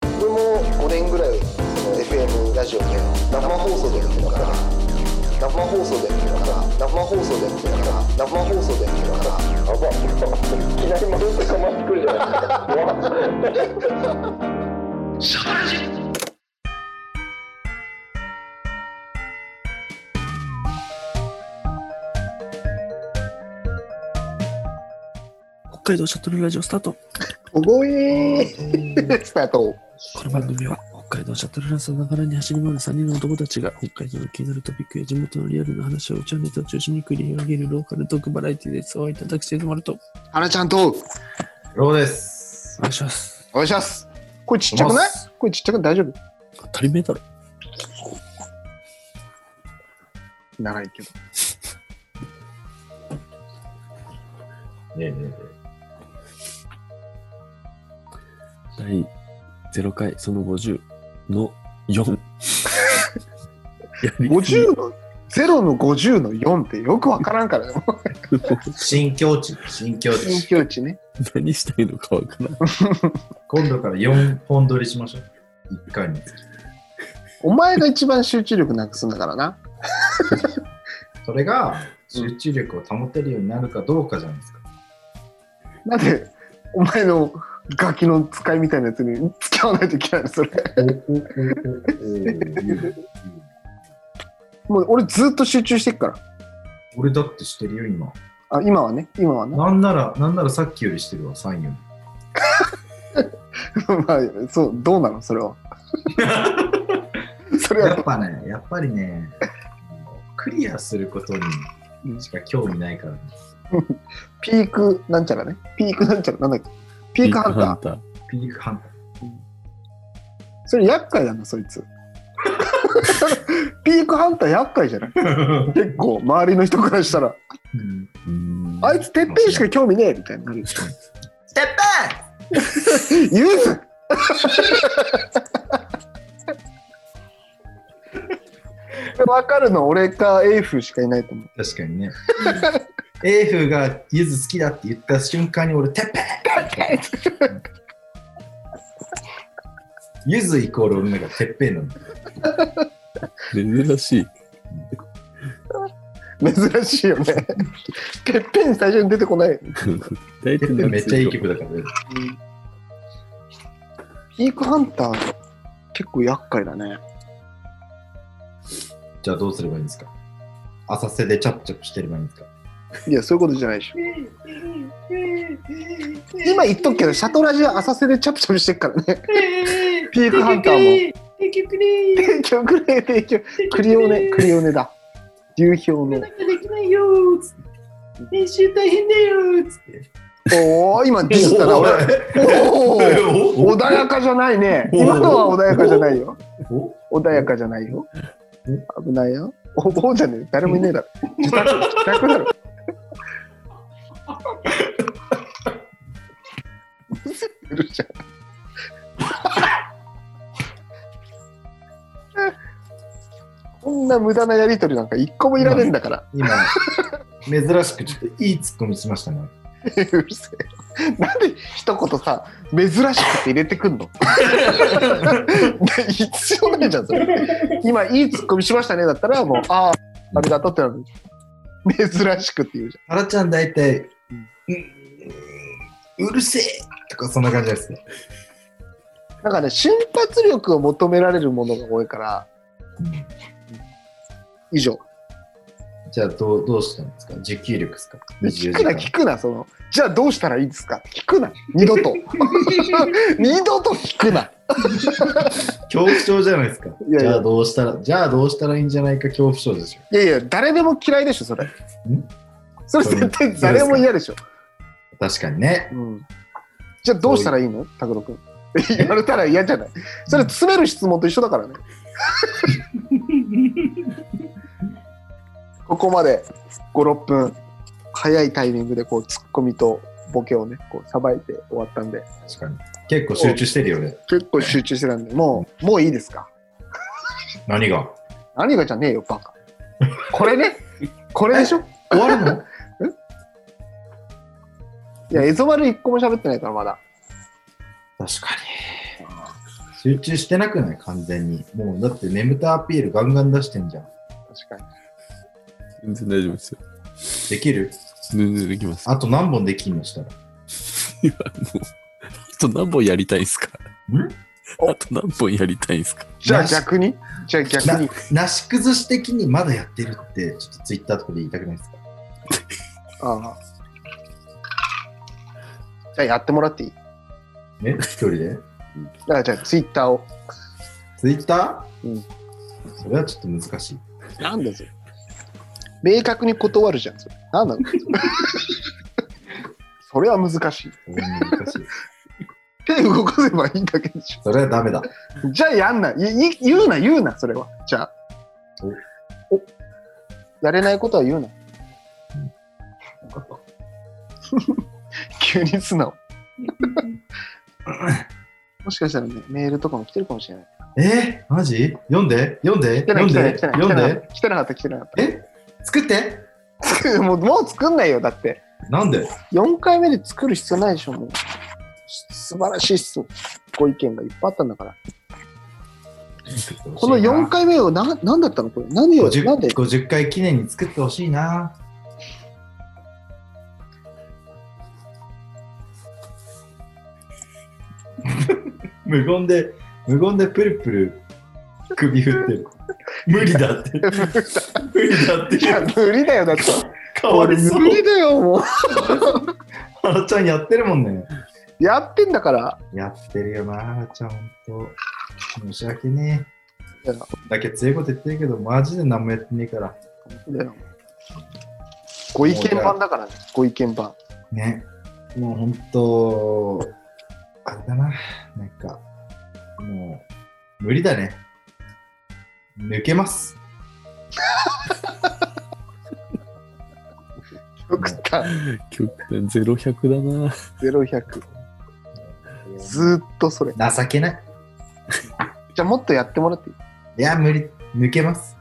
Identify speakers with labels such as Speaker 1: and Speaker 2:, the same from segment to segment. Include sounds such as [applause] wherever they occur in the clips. Speaker 1: 僕も5年ぐらいその FM ラジオで生放送でやってたから生放送でやってたから生放送でやってたから生放送でやってたから
Speaker 2: やばいきなりマウントかまってくるじゃないですか
Speaker 3: 北海道シャトルラジオスタート。
Speaker 1: おごえースタート
Speaker 3: この番組は北海道シャトルラジオながらに走り回る3人の男たちが北海道の気になるトピックや地元のリアルな話をうちのネタを中心に繰り広げるローカルトークバラエティです。お会いいただきてもらうと
Speaker 1: 花ちゃんと
Speaker 4: ローです
Speaker 3: お。願いします。
Speaker 1: お願いしますこれちっちゃくないこれちっちゃくない大丈夫
Speaker 3: 当たり前だろ。
Speaker 1: 長いけど
Speaker 4: ねえねえね
Speaker 3: 第0回その50の4。やりすぎ
Speaker 1: 50の0の50の4ってよくわからんから
Speaker 4: え
Speaker 1: ね
Speaker 4: 新境地、新境
Speaker 1: 新
Speaker 4: 地。
Speaker 1: 境地ね
Speaker 3: 何したいのかわからん。
Speaker 4: 今度から4本撮りしましょう。1回につき。
Speaker 1: お前が一番集中力なくすんだからな
Speaker 4: それが集中力を保てるようになるかどうかじゃないですか。
Speaker 1: なんでお前の楽器の使いみたいなやつに付き合わないといけないのそれもう俺ずっと集中してっから
Speaker 4: 俺だってしてるよ、今。
Speaker 1: あ今はね今はね [laughs] ま
Speaker 4: なんなら、なんならさっきよりしてるわ、3、4。
Speaker 1: あそうどうなのそ [laughs] れはそれ
Speaker 4: やっ
Speaker 1: は
Speaker 4: ぱね、やっぱりね、クリアすることにしか興味ないから、ね。
Speaker 1: ピークなんちゃらねピークなんちゃらなんだっけピークハンター
Speaker 3: ター。
Speaker 4: ピークハン
Speaker 1: それ厄介だなそいつ [laughs] ピークハンター厄介じゃない
Speaker 4: ター。
Speaker 1: [laughs] 結構周りの人からしたら
Speaker 4: うん
Speaker 3: うん
Speaker 1: あいつてっぺんしか興味ねえみたいになる
Speaker 4: てっ
Speaker 1: [laughs] 言うなわかるの俺かエイフしかいないと思う
Speaker 4: ぺん確かにね。エイフがゆず好きだって言った瞬間に俺、てっぺんゆずイコール俺なんかてっぺんなんだ。
Speaker 3: 珍し [laughs] い。
Speaker 1: 珍しいよねてっぺん最初に出てこない
Speaker 3: 大
Speaker 4: てっ
Speaker 3: 体
Speaker 4: ぺんめっちゃいい
Speaker 3: け
Speaker 4: 曲だからね。
Speaker 1: ピークハンター結構厄介だね
Speaker 4: じゃあどうすればいいんですか浅瀬でチャプチャプしてればいいんですか
Speaker 1: いやそういうことじゃないでしょ今言っとくけどシャトラジは浅瀬でチャプチャプしてっからねピークハンターも提供くれ提供クリオネクリオネだ流氷の
Speaker 4: できないよーつって。練習大変だよーつって。
Speaker 1: おお今ディスったな俺お
Speaker 4: [laughs]
Speaker 1: お
Speaker 4: お
Speaker 1: 穏やかじゃないね。今のは穏やかじゃないよ。
Speaker 4: お
Speaker 1: 穏やかじゃないよ。危ないよ。おおじゃねえ。誰もいねえだろ。自宅自宅だろ。むせてるじゃん。こんな無駄なやりとりなんか一個もいらねえんだから。
Speaker 4: 今、珍しくちょっといいツッコミしましたね。
Speaker 1: うるせえ。なんで一言さ、珍しくって入れてくんの必要ないじゃん、それ。今、いいツッコミしましたねだったら、もう、ああ、ありがとうってなる。珍しくって言うじ
Speaker 4: 原ちゃん大体、うん、うるせえとかそんな感じですね。
Speaker 1: ゃん。なんかね、瞬発力を求められるものが多いから、以上。
Speaker 4: じゃあどうどうしたんですか持久力ですか
Speaker 1: 聞くな、聞くな、その、じゃあどうしたらいいですかって聞くな、二度と。二度と聞くな。
Speaker 4: 恐怖症じゃないですか。
Speaker 1: やいや
Speaker 4: じゃあどうしたら、じゃあどうしたらいいんじゃないか恐怖症ですよ。
Speaker 1: いやいや、誰でも嫌いでしょ、それ。それ絶対誰も嫌でしょ。
Speaker 4: 確かにね。
Speaker 1: うんじゃあどうしたらいいの拓郎君 [laughs] 言われたら嫌じゃないそれ詰める質問と一緒だ [laughs] からねここまで56分早いタイミングでこうツッコミとボケをねこうさばいて終わったんで
Speaker 4: 確かに。結構集中してるよね。
Speaker 1: 結構集中してたんでもうもういいですか
Speaker 4: 何が
Speaker 1: 何がじゃねえよバカこれねこれでしょ
Speaker 4: 終わ [laughs] るの
Speaker 1: いやエゾマル一個も喋ってないからまだ
Speaker 4: 確か集中してなくない完全に。もうだって眠たアピールガンガン出してんじゃん。
Speaker 1: 確か
Speaker 3: 全然大丈夫ですよ。
Speaker 4: できる
Speaker 3: 全然できます。
Speaker 4: あと何本できんのしたら。
Speaker 3: いや、もう、あと何本やりたいんすかあ
Speaker 4: ん
Speaker 3: と何本やりたいんすか
Speaker 1: に。じゃあ
Speaker 4: なし
Speaker 1: 逆にじゃあ逆に。
Speaker 4: なし崩し的にまだやってるって、ちょっとツイッターとかで言いたくないですか
Speaker 1: ああじゃあやってもらっていい
Speaker 4: ね一人で
Speaker 1: あじゃあツイッターを。
Speaker 4: ツイッター
Speaker 1: うん。
Speaker 4: それはちょっと難しい。
Speaker 1: なんだそれ。明確に断るじゃん。それなん
Speaker 4: [laughs]
Speaker 1: なのそれは難しい。
Speaker 4: それは難しい。
Speaker 1: 手動かせばいいだけでし
Speaker 4: それはダメだ。
Speaker 1: ょ。じゃあやんな。いい言うな、言うな、それは。じゃあ。おやれないことは言
Speaker 4: [laughs]
Speaker 1: うな。急に素直。もしかしたらね、メールとかも来てるかもしれない。
Speaker 4: えー、マジ読んで読んで
Speaker 1: 来てな
Speaker 4: 読ん
Speaker 1: い、来てない、
Speaker 4: で
Speaker 1: 来てない。
Speaker 4: 読んで
Speaker 1: 来てなかった、来てなかっ
Speaker 4: え作って
Speaker 1: た。作 [laughs] るもうもう作んないよ、だって。
Speaker 4: なんで
Speaker 1: 4回目で作る必要ないでしょ、もう。し素晴らしいっす。ご意見がいっぱいあったんだから。この4回目をな何だったのこれ何を
Speaker 4: 50
Speaker 1: なんで [laughs]
Speaker 4: 50回記念に作ってほしいな。 [laughs] 無言で、無言でプルプル首振ってる。無理だって。無理だって
Speaker 1: い。や無理だよだ [laughs] って
Speaker 4: かわいそう
Speaker 1: 無。理だよも
Speaker 4: ハラちゃんやってるもんね。
Speaker 1: うやってんだから
Speaker 4: やってるよな、ハラちゃん、ほんと。申し訳ね
Speaker 1: い
Speaker 4: え
Speaker 1: や。
Speaker 4: だけど強いこと言ってるけど、マジで何もやってねえから。
Speaker 1: ご意見版だからねご意見版
Speaker 4: ね、もう本当、あれだな、なんか、もう、無理だね。抜けます。
Speaker 1: 極端
Speaker 3: 極端ゼロ百だな。
Speaker 1: 0100ずーっとそれ
Speaker 4: 情けない。
Speaker 1: じゃあもっとやってもらっていい
Speaker 4: いや、無理、抜けます。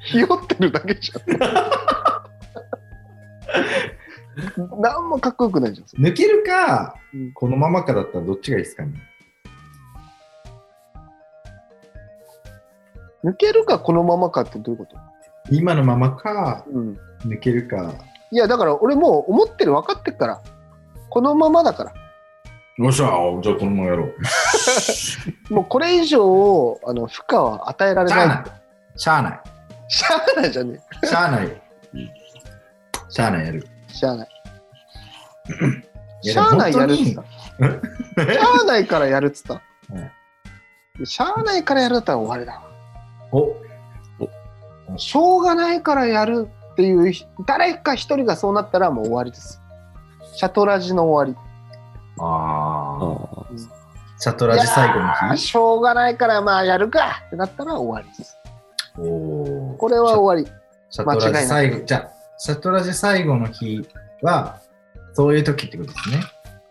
Speaker 1: ひよってるだけじゃんなんもかっこよくないじゃんそれ
Speaker 4: 抜けるか
Speaker 1: うん、
Speaker 4: このままかだったらどっちがいいですかね。
Speaker 1: 抜けるかこのままかってどういうこと、
Speaker 4: 今のままか、
Speaker 1: うん、
Speaker 4: 抜けるか。
Speaker 1: いやだから俺もう思ってる分かってるからこのままだから
Speaker 4: よっしゃ、じゃあこのままやろう。
Speaker 1: もうこれ以上あの負荷は与えられ
Speaker 4: しゃあ
Speaker 1: ない
Speaker 4: ない。しゃあな
Speaker 1: しゃあないじゃね
Speaker 4: い。しゃあないよ。しゃあないやる。
Speaker 1: えしゃあない
Speaker 4: いや
Speaker 1: しゃあないやるっつっ
Speaker 4: で
Speaker 1: た
Speaker 4: も
Speaker 1: しゃあないからやるっつった
Speaker 4: うん
Speaker 1: でしゃあないからやるだったら終わりだわ
Speaker 4: お
Speaker 1: しょうがないからやるっていうひ誰か一人がそうなったらもう終わりですシャトラジの終わ
Speaker 4: ああ。
Speaker 3: あ
Speaker 4: シャトラジ最後の
Speaker 1: りあー
Speaker 4: 日
Speaker 1: しょうがないからまあやるかってなったら終わりです
Speaker 4: おー
Speaker 1: これは終わり
Speaker 4: シャトラジ最
Speaker 1: 間違い
Speaker 4: 後じゃあシャトラジ最後の日はそういう時ってことですね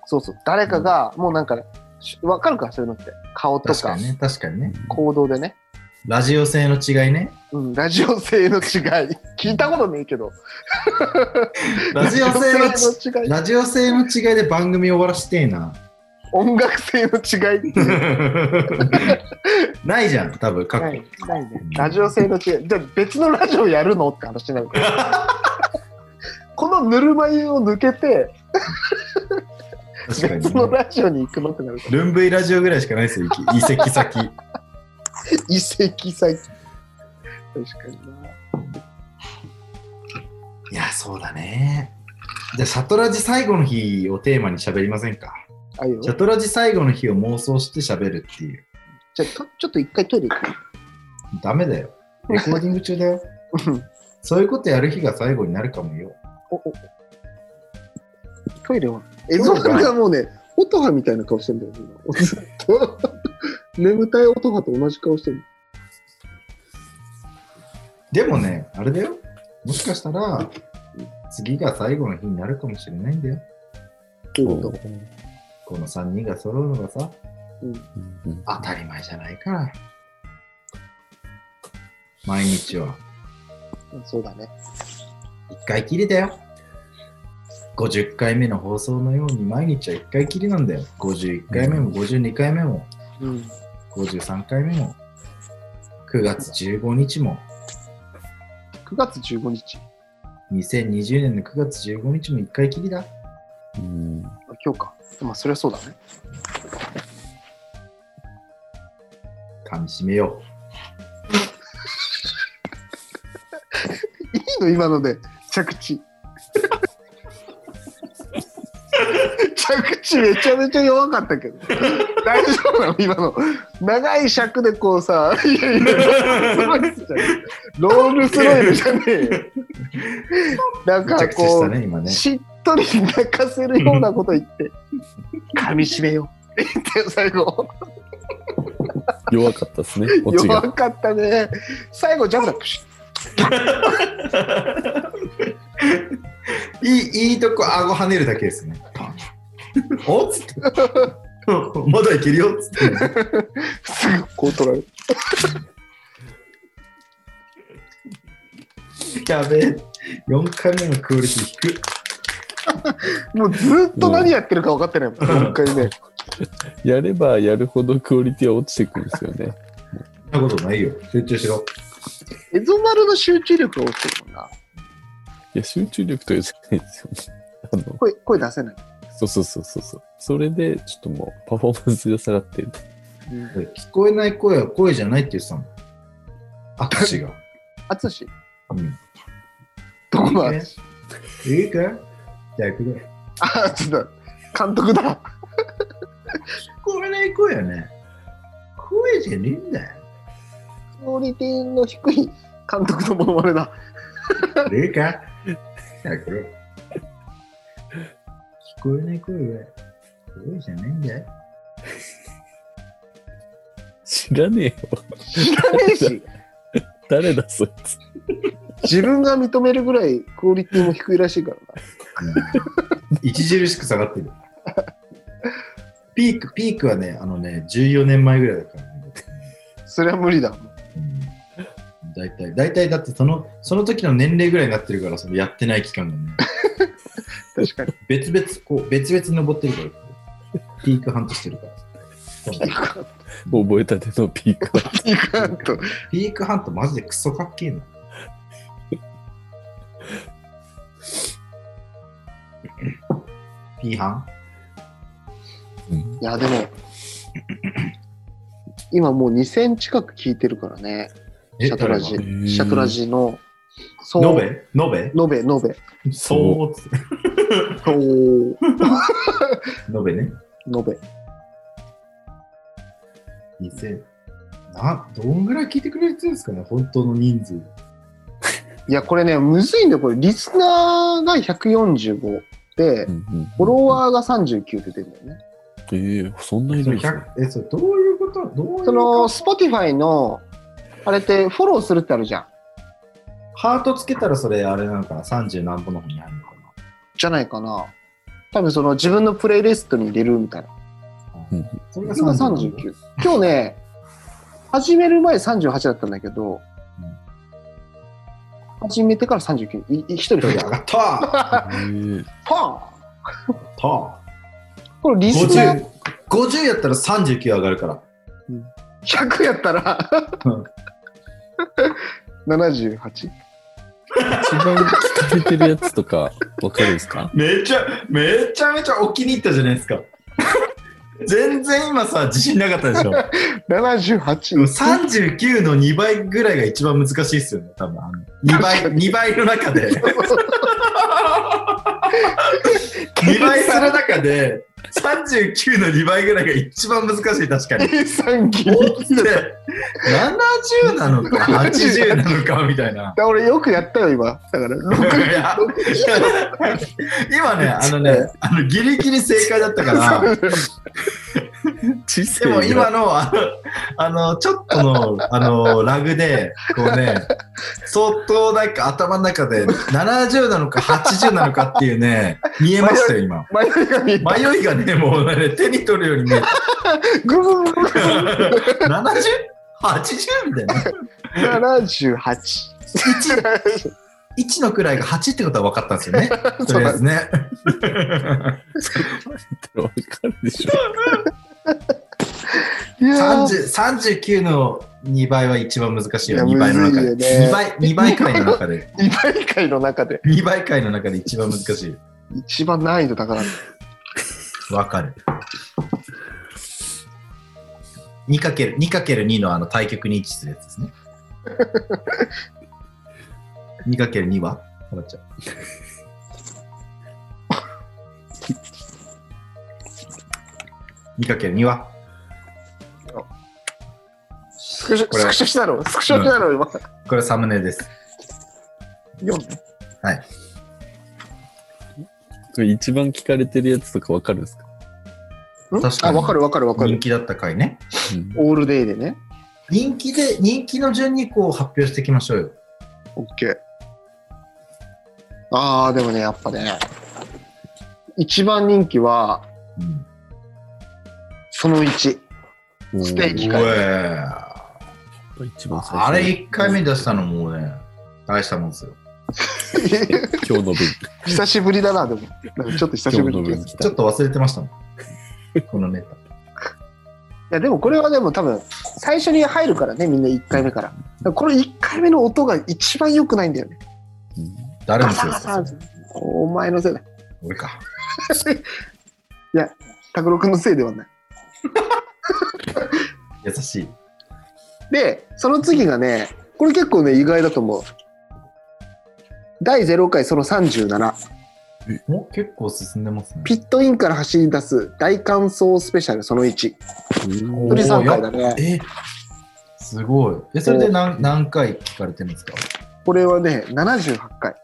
Speaker 1: そうそう誰かがもうなんかしわかるかそういうのって顔と
Speaker 4: 確か
Speaker 1: か
Speaker 4: にね確かにね
Speaker 1: 行動でね
Speaker 4: ラジオ性の違い
Speaker 1: [laughs]
Speaker 4: ね
Speaker 1: うん、ラジオ性の違い聞いたことねえけど
Speaker 4: ラジオ性のち
Speaker 1: 性の違い
Speaker 4: ラジオ性の違いで番組終わらしてえ
Speaker 1: [laughs]
Speaker 4: な
Speaker 1: 音楽性の違い
Speaker 4: ないじゃん多分過去、
Speaker 1: ないないねラジオ性の違いじゃあ別のラジオやるのって話になるから
Speaker 4: [laughs]
Speaker 1: このぬるま湯を抜けて
Speaker 4: 確かに、
Speaker 1: 別の
Speaker 4: ね、
Speaker 1: ラジオに行くのって [laughs] なるか
Speaker 4: ルンブイラジオぐらいしかないですよ遺跡遺跡 [laughs] 先
Speaker 1: ら遺跡最近確かにない
Speaker 4: やそうだねじゃあシャトラジ最後の日をテーマに喋りませんか
Speaker 1: あいいよ
Speaker 4: シ
Speaker 1: じゃ
Speaker 4: ャトラジ最後の日を妄想して喋るっていう
Speaker 1: あとちょっと一回トイレ行く
Speaker 4: ダメだよ。レコーディング中だよ。
Speaker 1: うん
Speaker 4: そういうことやる日が最後になるかもよ。
Speaker 1: おおトイレはエゾハルがもうねオトハみたいな顔してんだよ今ずっと [laughs] 眠たいオトハと同じ顔してる
Speaker 4: でもね、あれだよ。もしかしたら、次が最後の日になるかもしれないんだよ。
Speaker 1: という
Speaker 3: あ。
Speaker 1: こと
Speaker 4: この3人が揃うのがさ、
Speaker 3: うん
Speaker 4: 当たり前じゃないから。毎日は
Speaker 1: そうだね
Speaker 4: 1回きりだよ。 50回目の放送のように毎日は1回きりなんだよ。51回目も52回目も
Speaker 1: うん。
Speaker 4: 53回目も9月15日も
Speaker 1: 9月15日。
Speaker 4: 2020年の9月15日も1回きりだ。
Speaker 3: うん。
Speaker 1: あ今日か。まあ、そりゃそうだね。
Speaker 4: 噛み締めよ
Speaker 1: いいの今ので、着地。着地めちゃめちゃ弱かったけど。大丈夫なの今の。長い尺でこうさ、いやいや、すごいっすじゃんロールスロイルじゃねえよ。なん
Speaker 4: う。めち
Speaker 1: か
Speaker 4: ゃくちゃし
Speaker 1: こ
Speaker 4: た
Speaker 1: う、
Speaker 4: ね、今ね。
Speaker 1: しっとり泣かせるようなこと言って、噛み締めようって言って最後、
Speaker 3: [laughs] 弱かったですね、オチが。
Speaker 1: 弱かったね。最後、ジャブだ、プシュッ
Speaker 4: いい、いいとこ、顎跳ねるだけですね。パンおっつって。 [laughs] まだいけるよっつって。 [laughs]
Speaker 1: すぐこう取られる。
Speaker 4: やべえ。4回目のクオリティ低い。
Speaker 1: もうずっと何やってるか分かってないもん、1回
Speaker 4: [laughs]
Speaker 1: 目。
Speaker 3: やればやるほどクオリティは落ちてくるんですよね。
Speaker 4: そんなことないよ。集中しろ。
Speaker 1: エゾ丸の集中力が落ちてるもんな。
Speaker 3: いや、集中力というじゃないですよね。あの、
Speaker 1: 声声出せない。
Speaker 3: そうそうそうそうそう。それで、ちょっともう、パフォーマンスが下がってる。
Speaker 4: 聞こえない声は声じゃないって言ってたもん。握手が。
Speaker 1: あつし、
Speaker 4: うん。
Speaker 1: どこの
Speaker 4: いい
Speaker 1: あ
Speaker 4: かいいかじゃあ行くぞ。聞
Speaker 1: あつだ。監督だ。
Speaker 4: こえない声はね、声じゃねえんだよ。
Speaker 1: クオリティの低い監督のものまねだ。
Speaker 4: いいかじゃあ行くぞ。聞こえない声は声じゃないんだよ。
Speaker 3: 知らねえよ。
Speaker 1: 知らねえし、
Speaker 3: 誰だ、そいつ。
Speaker 1: 自分が認めるぐらいクオリティも低いらしいからな。
Speaker 4: うん著しく下がってる。ピーク、ピークはね、あのね、14年前ぐらいだからね。僕ね
Speaker 1: それは無理だ。
Speaker 4: うん大体、大体だってその、その時の年齢ぐらいになってるから、そのやってない期間がね、
Speaker 1: [laughs] 確かに。
Speaker 4: 別々、こう、別々に登ってるからこう、ピークハントしてるから。
Speaker 3: 覚えたてのピークは。
Speaker 1: いかんと。
Speaker 4: ピークハントマジでクソかっけえな。ピーハン
Speaker 3: うん
Speaker 1: いや、でも、今もう2000近く聞いてるからね。
Speaker 4: え
Speaker 1: シャトラジ、シ
Speaker 4: 誰が
Speaker 1: ャトラジの、そう
Speaker 4: ノベノベ
Speaker 1: のべ、のべ。
Speaker 4: そうっつって
Speaker 1: そう、
Speaker 4: ノベね。
Speaker 1: のべ。
Speaker 4: 2000。な、どんぐらい聞いてくれるやつですかね本当の人数。
Speaker 1: いや、これね、むずいんだよ、これ。リスナーが145で、
Speaker 3: うんうん
Speaker 1: フォロワーが39って出るんだよね。
Speaker 3: ええそんなにい
Speaker 4: そ
Speaker 3: るん
Speaker 4: れ
Speaker 3: ですね
Speaker 4: 100え、それどういうことどういう
Speaker 1: その、Spotify の、あれってフォローするってあるじゃん。
Speaker 4: ハートつけたらそれあれなのかな ?30 何本の方に入るのか
Speaker 1: じゃないかな。多分その自分のプレイリストに入れるみたいな。
Speaker 4: なそれ
Speaker 1: それが39。今日ね、始める前38だったんだけど
Speaker 4: うん、
Speaker 1: 始めてから39。いい一人増
Speaker 4: 上
Speaker 1: えた。
Speaker 4: が [laughs] った
Speaker 3: え
Speaker 1: パ
Speaker 4: た
Speaker 1: ンこれリスナー
Speaker 4: 50, 50やったら39上がるから。
Speaker 1: 100やったら [laughs]
Speaker 4: うん、
Speaker 1: 78?
Speaker 3: 一番聞かれてるやつとか、わかるんですか
Speaker 4: めちゃ、めちゃめちゃお気に入ったじゃないですか。 [laughs] 全然今さ、自信なかったでし [laughs] ょ。でも
Speaker 1: 78?
Speaker 4: 39の2倍ぐらいが一番難しいですよね、多分。あの2倍、2倍の中で。2倍する中で、39の2倍ぐらいが一番難しい、確かに。
Speaker 1: 計
Speaker 4: [laughs]
Speaker 1: 算機に
Speaker 4: おって70なのか80な [laughs] のかみたいな。
Speaker 1: だ俺よくやったよ今だから
Speaker 4: い
Speaker 1: 6
Speaker 4: や [laughs] 今ね、あのね、あのギリギリ正解だったから、
Speaker 3: 知
Speaker 4: で
Speaker 3: 性
Speaker 4: も
Speaker 3: が
Speaker 4: 今のあの、あのちょっとのあのラグで、こうね、相当なんか頭の中で70なのか80なのかっていうね、見えましたよ、今。
Speaker 1: 前の髪
Speaker 4: 迷いがね、もうね、手に取るように [laughs] ね、
Speaker 1: ググググ
Speaker 4: 70?80? みたいな。
Speaker 1: 78
Speaker 4: 1の位が8ってことは分かったんですよ
Speaker 1: [laughs]
Speaker 4: ね。とりあえずね。
Speaker 3: わかるでしょ。
Speaker 1: いやー
Speaker 4: 30 39の2倍は一番難しいよ。
Speaker 1: いや
Speaker 4: 2倍の中
Speaker 1: むずいよ
Speaker 4: で。
Speaker 1: ね
Speaker 4: 2倍、二倍回の中で。
Speaker 1: 二倍回の中で
Speaker 4: 2倍回の中で一番難しい。
Speaker 1: 一番難易度高かっ
Speaker 4: わかる。2×2 2のあの対極に位置するやつです
Speaker 1: [laughs]
Speaker 4: ね。2×2 はわかっちゃう。2×2 は
Speaker 1: た。スクショ
Speaker 4: これ
Speaker 1: スクショしたのスクショしたの今。
Speaker 4: これサムネです。
Speaker 1: 読んで。
Speaker 3: これ一番聞かれてるやつとかわかるんですか、
Speaker 1: ん
Speaker 4: 確かに
Speaker 1: あ、わかるわかるわか
Speaker 4: 人
Speaker 1: る。
Speaker 4: 気だった回ね。
Speaker 3: うん
Speaker 1: オールデイでね。
Speaker 4: 人気で、人気の順にこう発表していきましょうよ。
Speaker 1: オッケー。ああ、でもね、やっぱね、一番人気は、
Speaker 4: うん、
Speaker 1: その1。ステーキ
Speaker 4: お
Speaker 1: 回
Speaker 4: え
Speaker 3: おー一番最初
Speaker 4: あれ1回目出したのもうね、大したもんですよ。
Speaker 3: 今日の分、
Speaker 1: [laughs] [laughs] 久しぶりだな、でも。なんかちょっと久し
Speaker 3: 今
Speaker 1: ぶ
Speaker 3: 日
Speaker 1: り
Speaker 3: の
Speaker 1: に。い
Speaker 3: 分来た
Speaker 4: ちょっ。と忘れてま
Speaker 1: [laughs]
Speaker 4: したもん。このネタ。
Speaker 1: や、でもこれはでも多分、最初に入るからね、みんな1回目から。だからこれ1回目の音が一番良くないんだよね。
Speaker 3: うん
Speaker 4: 誰
Speaker 1: バ
Speaker 4: のせ
Speaker 1: サ
Speaker 4: いで
Speaker 1: バ
Speaker 4: す
Speaker 1: サ
Speaker 4: か
Speaker 1: ってお前のせいだ。 [laughs]
Speaker 4: 俺か。
Speaker 1: いや、拓郎君のせいではない。
Speaker 4: 優しい。
Speaker 1: で、その次がね、これ結構ね、意外だと思う。第0回その37。
Speaker 4: お結構進んでますね。
Speaker 1: ピットインから走り出す大感想スペシャルその1。
Speaker 3: うん
Speaker 1: これ3回だね。
Speaker 4: えすごい。え、それで何何回聞かれてるんですか
Speaker 1: これはね、78回。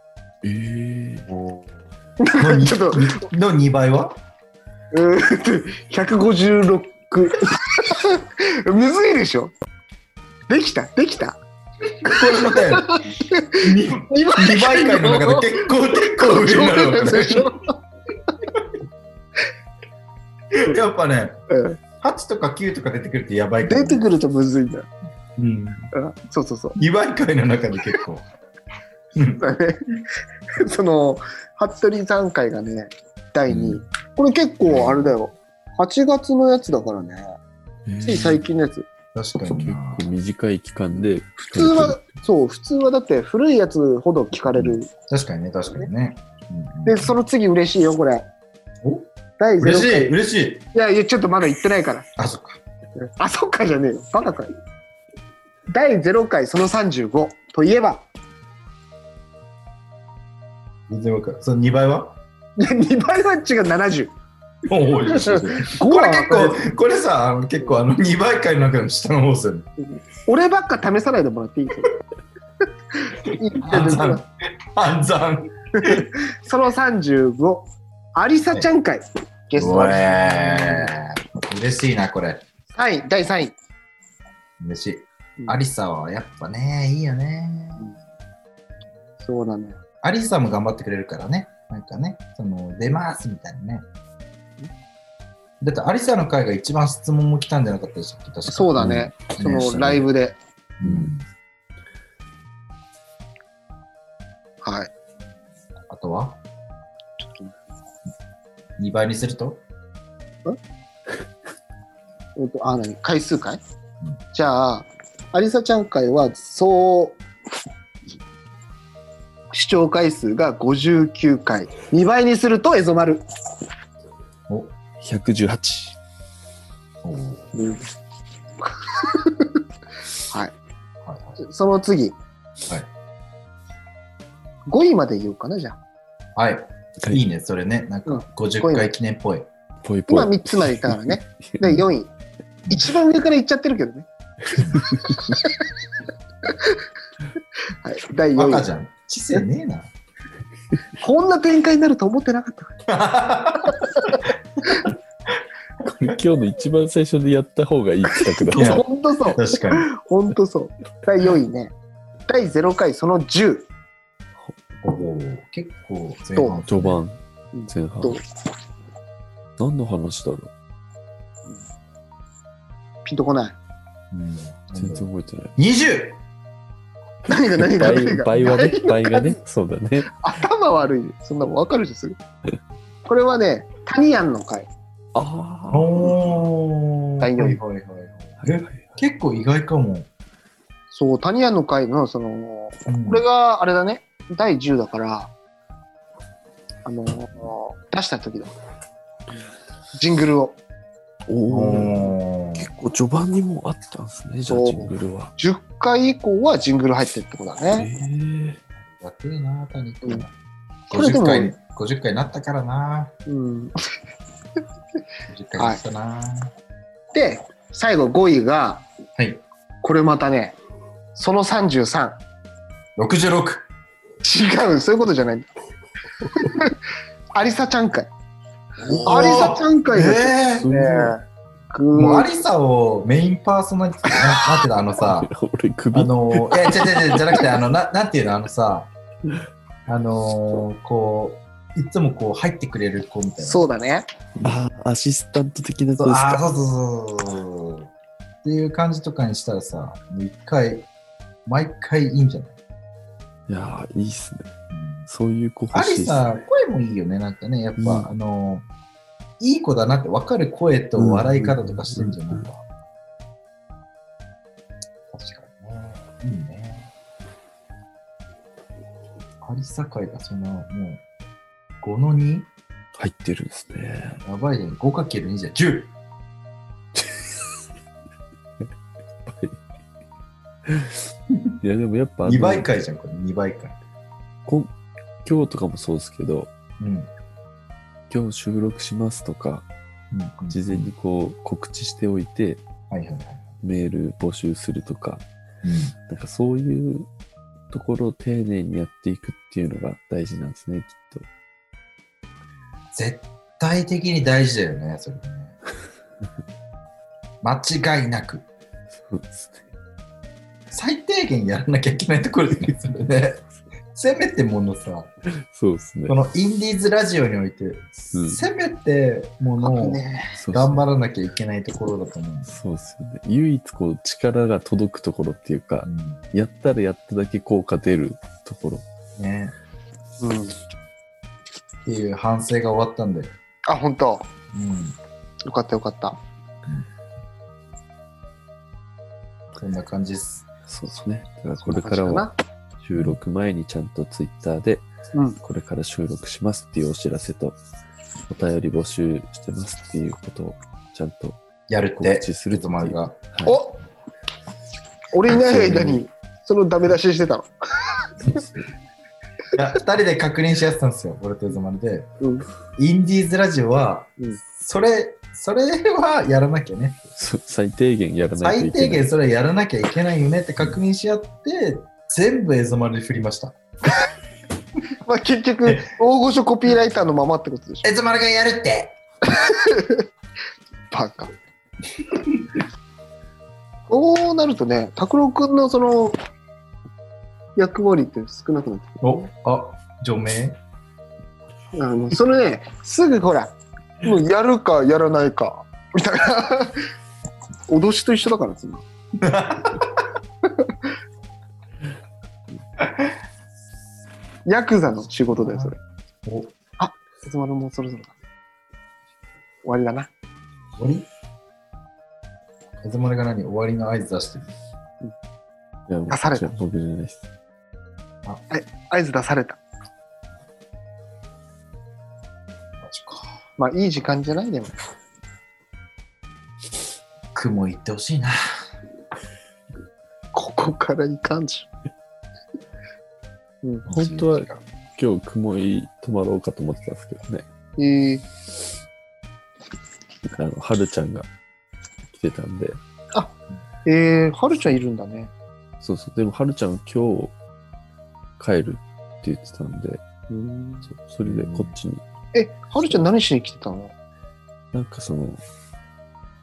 Speaker 3: えー
Speaker 4: のに
Speaker 1: ちょっと
Speaker 4: の2倍は
Speaker 1: [laughs] うーんと156。むずいでしょできたできた
Speaker 4: これ待
Speaker 1: [laughs]
Speaker 4: って
Speaker 1: ?2
Speaker 4: 2倍回の中で結構結構上になるわ
Speaker 1: でしょ、
Speaker 4: [laughs] やっぱね、
Speaker 1: うん、
Speaker 4: 8とか9とか出てくるってやばいから
Speaker 1: 出
Speaker 4: ね
Speaker 1: てくるとむずいんだよ、
Speaker 4: うん、
Speaker 1: うん、そうそう [laughs] そう。
Speaker 4: 2倍回の中で結構。うん
Speaker 1: だねその服部三回がね第2位、
Speaker 4: う
Speaker 1: これ結構あれだよ8月のやつだからねつい最近のやつ
Speaker 4: 確かに
Speaker 3: 結
Speaker 4: な。
Speaker 3: 構短い期間で
Speaker 1: 普通はそう普通はだって古いやつほど聞かれる、
Speaker 4: 確かにね、確かにね。うんう
Speaker 1: でその次嬉しいよこれ
Speaker 4: んお
Speaker 1: 第0回
Speaker 4: 嬉しい、嬉しい。
Speaker 1: いやいやちょっとまだ言ってないから
Speaker 4: あ、そっか。
Speaker 1: あそっかじゃねえよバカかい第0回その35といえば [laughs]
Speaker 4: 全然わかる。その2倍は
Speaker 1: 2倍マッチが70
Speaker 4: おお、嬉しい。
Speaker 1: こ
Speaker 4: これ結構、これさ、あの結構あの2倍回の中の下の方ですよね。
Speaker 1: 俺ばっか試さないでもらっていいそれ [laughs] いいって
Speaker 4: 暗算。暗算。
Speaker 1: その35、アリサちゃん会、ゲスト
Speaker 4: う
Speaker 1: は
Speaker 4: えー嬉しいな、これ。
Speaker 1: 3位、第3位。
Speaker 4: 嬉しい。
Speaker 1: うん
Speaker 4: アリサはやっぱね、いいよね。
Speaker 1: そうなのよ。
Speaker 4: アリサも頑張ってくれるからね。なんかね、その、出ますみたいなね。だってアリサの回が一番質問も来たんじゃなかったでしたっけ確か
Speaker 1: そうだね、そのライ
Speaker 4: ブ。
Speaker 1: ブで。
Speaker 4: うん
Speaker 1: はい。
Speaker 4: あとは ?2 倍にすると
Speaker 1: えっとあ、何回数回、
Speaker 4: うん
Speaker 1: じゃあ、アリサちゃん会は、そう、視聴回数が59回。2倍にすると、エゾマル。
Speaker 4: お
Speaker 3: 118。
Speaker 4: おはい
Speaker 1: うん
Speaker 4: はい
Speaker 1: その次。5位まで言おうかな、じゃあ。
Speaker 4: はい。、
Speaker 3: はい
Speaker 4: い
Speaker 3: い。
Speaker 4: ね、それね。なん
Speaker 1: うん
Speaker 4: か50回記念っぽい。
Speaker 3: ぽいぽ
Speaker 1: 今
Speaker 3: い。
Speaker 1: 3つまで言ったから
Speaker 4: [laughs]
Speaker 1: ね。で、4位。一番上から言っちゃってるけどね。はい、第
Speaker 4: バカ
Speaker 1: 4
Speaker 4: じゃん。知性ねえな。
Speaker 1: 位。こんな展開になると思ってなかったから。
Speaker 3: [laughs] 今日の一番最初でやった方がいい企画
Speaker 4: いや
Speaker 3: だ。
Speaker 1: ほんとそう。
Speaker 4: 確かに。
Speaker 1: ほんとそう。第4位ね。第0回その10
Speaker 4: おお結構前半。
Speaker 3: 序盤
Speaker 1: うん、
Speaker 3: 前半
Speaker 1: どう。
Speaker 3: 何の話だろう
Speaker 1: ピンとこない。
Speaker 4: うん
Speaker 3: 全然覚えてない。
Speaker 4: 20!
Speaker 1: 何が何が
Speaker 3: 倍
Speaker 1: 何が
Speaker 3: 倍はね、倍がね、そうだね。
Speaker 1: 頭悪いねそんなもん分かるじゃんすぐこれはねタニアンの回
Speaker 3: ああ。
Speaker 4: おー。
Speaker 1: 大丈夫
Speaker 4: はいはいはいえ結構意外かも。
Speaker 1: そうタニアンの回のその
Speaker 4: うん
Speaker 1: これがあれだね第10だからあのー出した時だジングルを
Speaker 3: おお。
Speaker 4: おー
Speaker 3: 結構序盤にもうあったんですね、じゃあ
Speaker 1: そう
Speaker 3: ジングルは。
Speaker 1: 10回以降はジングル入ってるってことだ
Speaker 3: え
Speaker 1: ね
Speaker 3: え。
Speaker 4: やってるな、谷君。
Speaker 1: うんこれで
Speaker 4: 50
Speaker 1: も
Speaker 4: 回に、50回なったからな。
Speaker 1: うん
Speaker 4: 50回なったな。
Speaker 1: で最後5位が、
Speaker 4: はい
Speaker 1: これまたねその33
Speaker 4: 66!
Speaker 1: 違うそういうことじゃないアリサちゃん会
Speaker 4: おー
Speaker 1: アリサちゃん会です
Speaker 4: え
Speaker 3: すごい
Speaker 1: ねぐ
Speaker 4: ー、
Speaker 1: ー
Speaker 4: もうアリサをメインパーソナリティ、ななんていうの、あのさ。
Speaker 1: [laughs]
Speaker 3: 俺首
Speaker 4: あのー、いや、違う違う違うじゃなくて、あの、ななんていうの、あのさ、あのー、こう、いつもこう入ってくれる子みたいな。う
Speaker 1: そうだね
Speaker 3: あーアシスタント的な
Speaker 4: そ
Speaker 3: 子
Speaker 4: う
Speaker 3: です
Speaker 4: あー
Speaker 3: か。
Speaker 4: そうそうそうそう。っていう感じとかにしたらさ、もう一回、毎回いいんじゃない、
Speaker 3: いやー、いいっすね。
Speaker 4: うん
Speaker 3: そういう子欲
Speaker 4: ア
Speaker 3: しいっ
Speaker 4: リ
Speaker 3: すね。
Speaker 4: さ、声もいいよね、なんかね、やっぱ、
Speaker 3: うん
Speaker 4: あのー、いい子だなって分かる声と笑い方とかしてるんじゃない
Speaker 3: うん
Speaker 4: か。確かにね。いいね。アリサ会がその、もう、5の 2?
Speaker 3: 入ってるんですね。
Speaker 4: やばいね。5×2 じゃ 10!
Speaker 3: いや、でもやっぱ、あの
Speaker 4: 2倍会じゃん、これ、2倍会。
Speaker 3: こん今日とかもそうですけど、
Speaker 4: うん。うん
Speaker 3: 今日収録しますとか、
Speaker 4: うん
Speaker 3: 事前にこう告知しておいて、
Speaker 4: はいはいはい。
Speaker 3: メール募集するとか、
Speaker 4: うん
Speaker 3: なんかそういうところを丁寧にやっていくっていうのが大事なんですね、きっ
Speaker 4: 絶対的に大事だよ
Speaker 3: [laughs]
Speaker 4: ね、それね。間違いなく。
Speaker 3: と。そうですね。
Speaker 4: 最低限やらなきゃいけないところですね、それね。せめてものさ、
Speaker 3: そうですね
Speaker 4: こ。のインディーズラジオにおいて、せめても
Speaker 1: あ
Speaker 4: の
Speaker 1: ね
Speaker 3: そうっすね
Speaker 4: 頑張らなきゃいけないところだと思うんです。
Speaker 3: そうですよね。唯一こう力が届くところっていうか
Speaker 4: う、ん
Speaker 3: やったらやっただけ効果出るところ。
Speaker 4: ね、
Speaker 1: うん
Speaker 4: っていう反省が終わったんだよ。
Speaker 1: あ本当
Speaker 4: うん、
Speaker 1: よかったよかった
Speaker 4: そんな感じです。
Speaker 3: そうですね。だからこれからは収録前にちゃんとツイッターで、
Speaker 1: うん
Speaker 3: これから収録しますっていうお知らせと、お便り募集してますっていうことをちゃんと、
Speaker 4: やるって
Speaker 3: 告、知する
Speaker 4: つまりが。
Speaker 3: はい
Speaker 1: お俺いない間にそのダメ出ししてたの
Speaker 4: いや二人で確認し合ってたんですよ、俺とつまりで。
Speaker 1: うん
Speaker 4: インディーズラジオは、
Speaker 1: うん
Speaker 4: それ、それはやらなきゃね。
Speaker 3: そう最低限やらないと
Speaker 4: 最
Speaker 3: いけな
Speaker 4: 低
Speaker 3: い。
Speaker 4: 限それはやらなきゃいけないよねって確認し合って全部エゾマルで振りました
Speaker 1: まあ結局大御所コピーライターのままってことでしょ
Speaker 4: エゾマルがやるって
Speaker 1: バカこうなるとね拓郎君のその役割って少なくなって
Speaker 4: おあ除名
Speaker 1: あのそれねすぐほらもうやるかやらないかみたいな脅しと一緒だからそんなヤクザの仕事だよそれ
Speaker 4: お終
Speaker 1: つまらもうそろそろだ終わりだな
Speaker 4: わりエゾマルが何終わりの合図出してる
Speaker 3: いやもう
Speaker 1: 出された
Speaker 3: じゃあ僕じゃないです。
Speaker 1: 合図出された
Speaker 4: マジか
Speaker 1: まあいい時間じゃないでも
Speaker 4: 雲行ってほしいな
Speaker 1: ここからいかんじゃん、
Speaker 3: 本当は今日雲井泊まろうかと思ってたんですけどね。
Speaker 1: うん、えー、
Speaker 3: あの、はるちゃんが来てたんで。
Speaker 1: えー、はるちゃんいるんだね
Speaker 3: そうそう。でも、はるちゃんは今日帰るって言ってたんで、
Speaker 1: うん
Speaker 3: そうそれでこっちに、
Speaker 1: えはるちゃん何しに来てたの
Speaker 3: なんかその、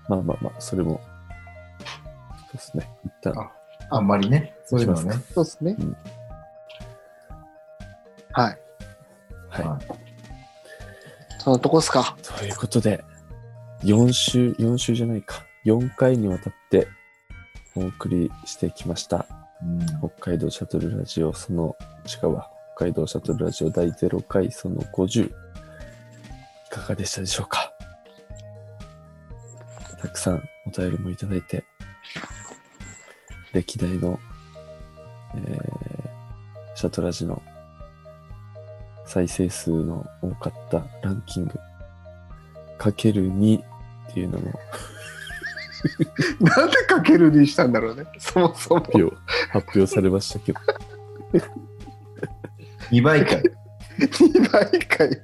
Speaker 3: まあまあまあ、それも、そうですね。一旦、
Speaker 4: ああんまりねそういうのはね
Speaker 1: そうですね、
Speaker 3: うん
Speaker 1: はい
Speaker 3: は
Speaker 1: そのとこっすか
Speaker 3: い。ということで、4週、4週じゃないか。4回にわたってお送りしてきました。
Speaker 4: うん
Speaker 3: 北海道シャトルラジオその違うわ北海道シャトルラジオ第0回その50いかがでしたでしょうかたくさんお便りもいただいて歴代の、えーシャトラジの再生数の多かったランキングかける2っていうのも
Speaker 1: なんでかけるにしたんだろうね、 [laughs] そもそも。
Speaker 3: 発表発表されましたけど
Speaker 4: 2倍 [laughs] か。
Speaker 1: 2倍回かける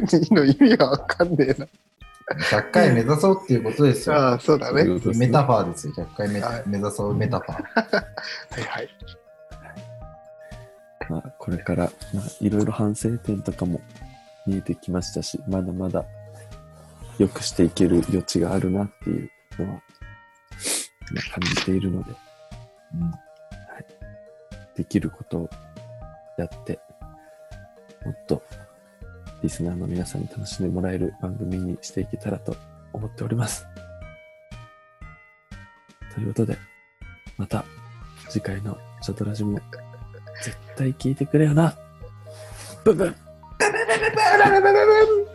Speaker 1: 2の意味がわかんねえな。
Speaker 4: 100回目指そうっていうことですよ。
Speaker 1: ああ、そうだね。
Speaker 3: ということですね
Speaker 4: メタファーですよ。100回目
Speaker 1: はい
Speaker 4: 目指そうメタファー。
Speaker 1: はい [laughs] はい。
Speaker 3: まあ、これから、まあ、いろいろ反省点とかも見えてきましたし、まだまだ良くしていける余地があるなっていうのは、まあ感じているので、
Speaker 4: うん
Speaker 3: できることをやって、もっとリスナーの皆さんに楽しんでもらえる番組にしていけたらと思っております。ということで、また次回のシャトラジも絶対聞いてくれよな。ブンブン
Speaker 1: バラバラバラバラ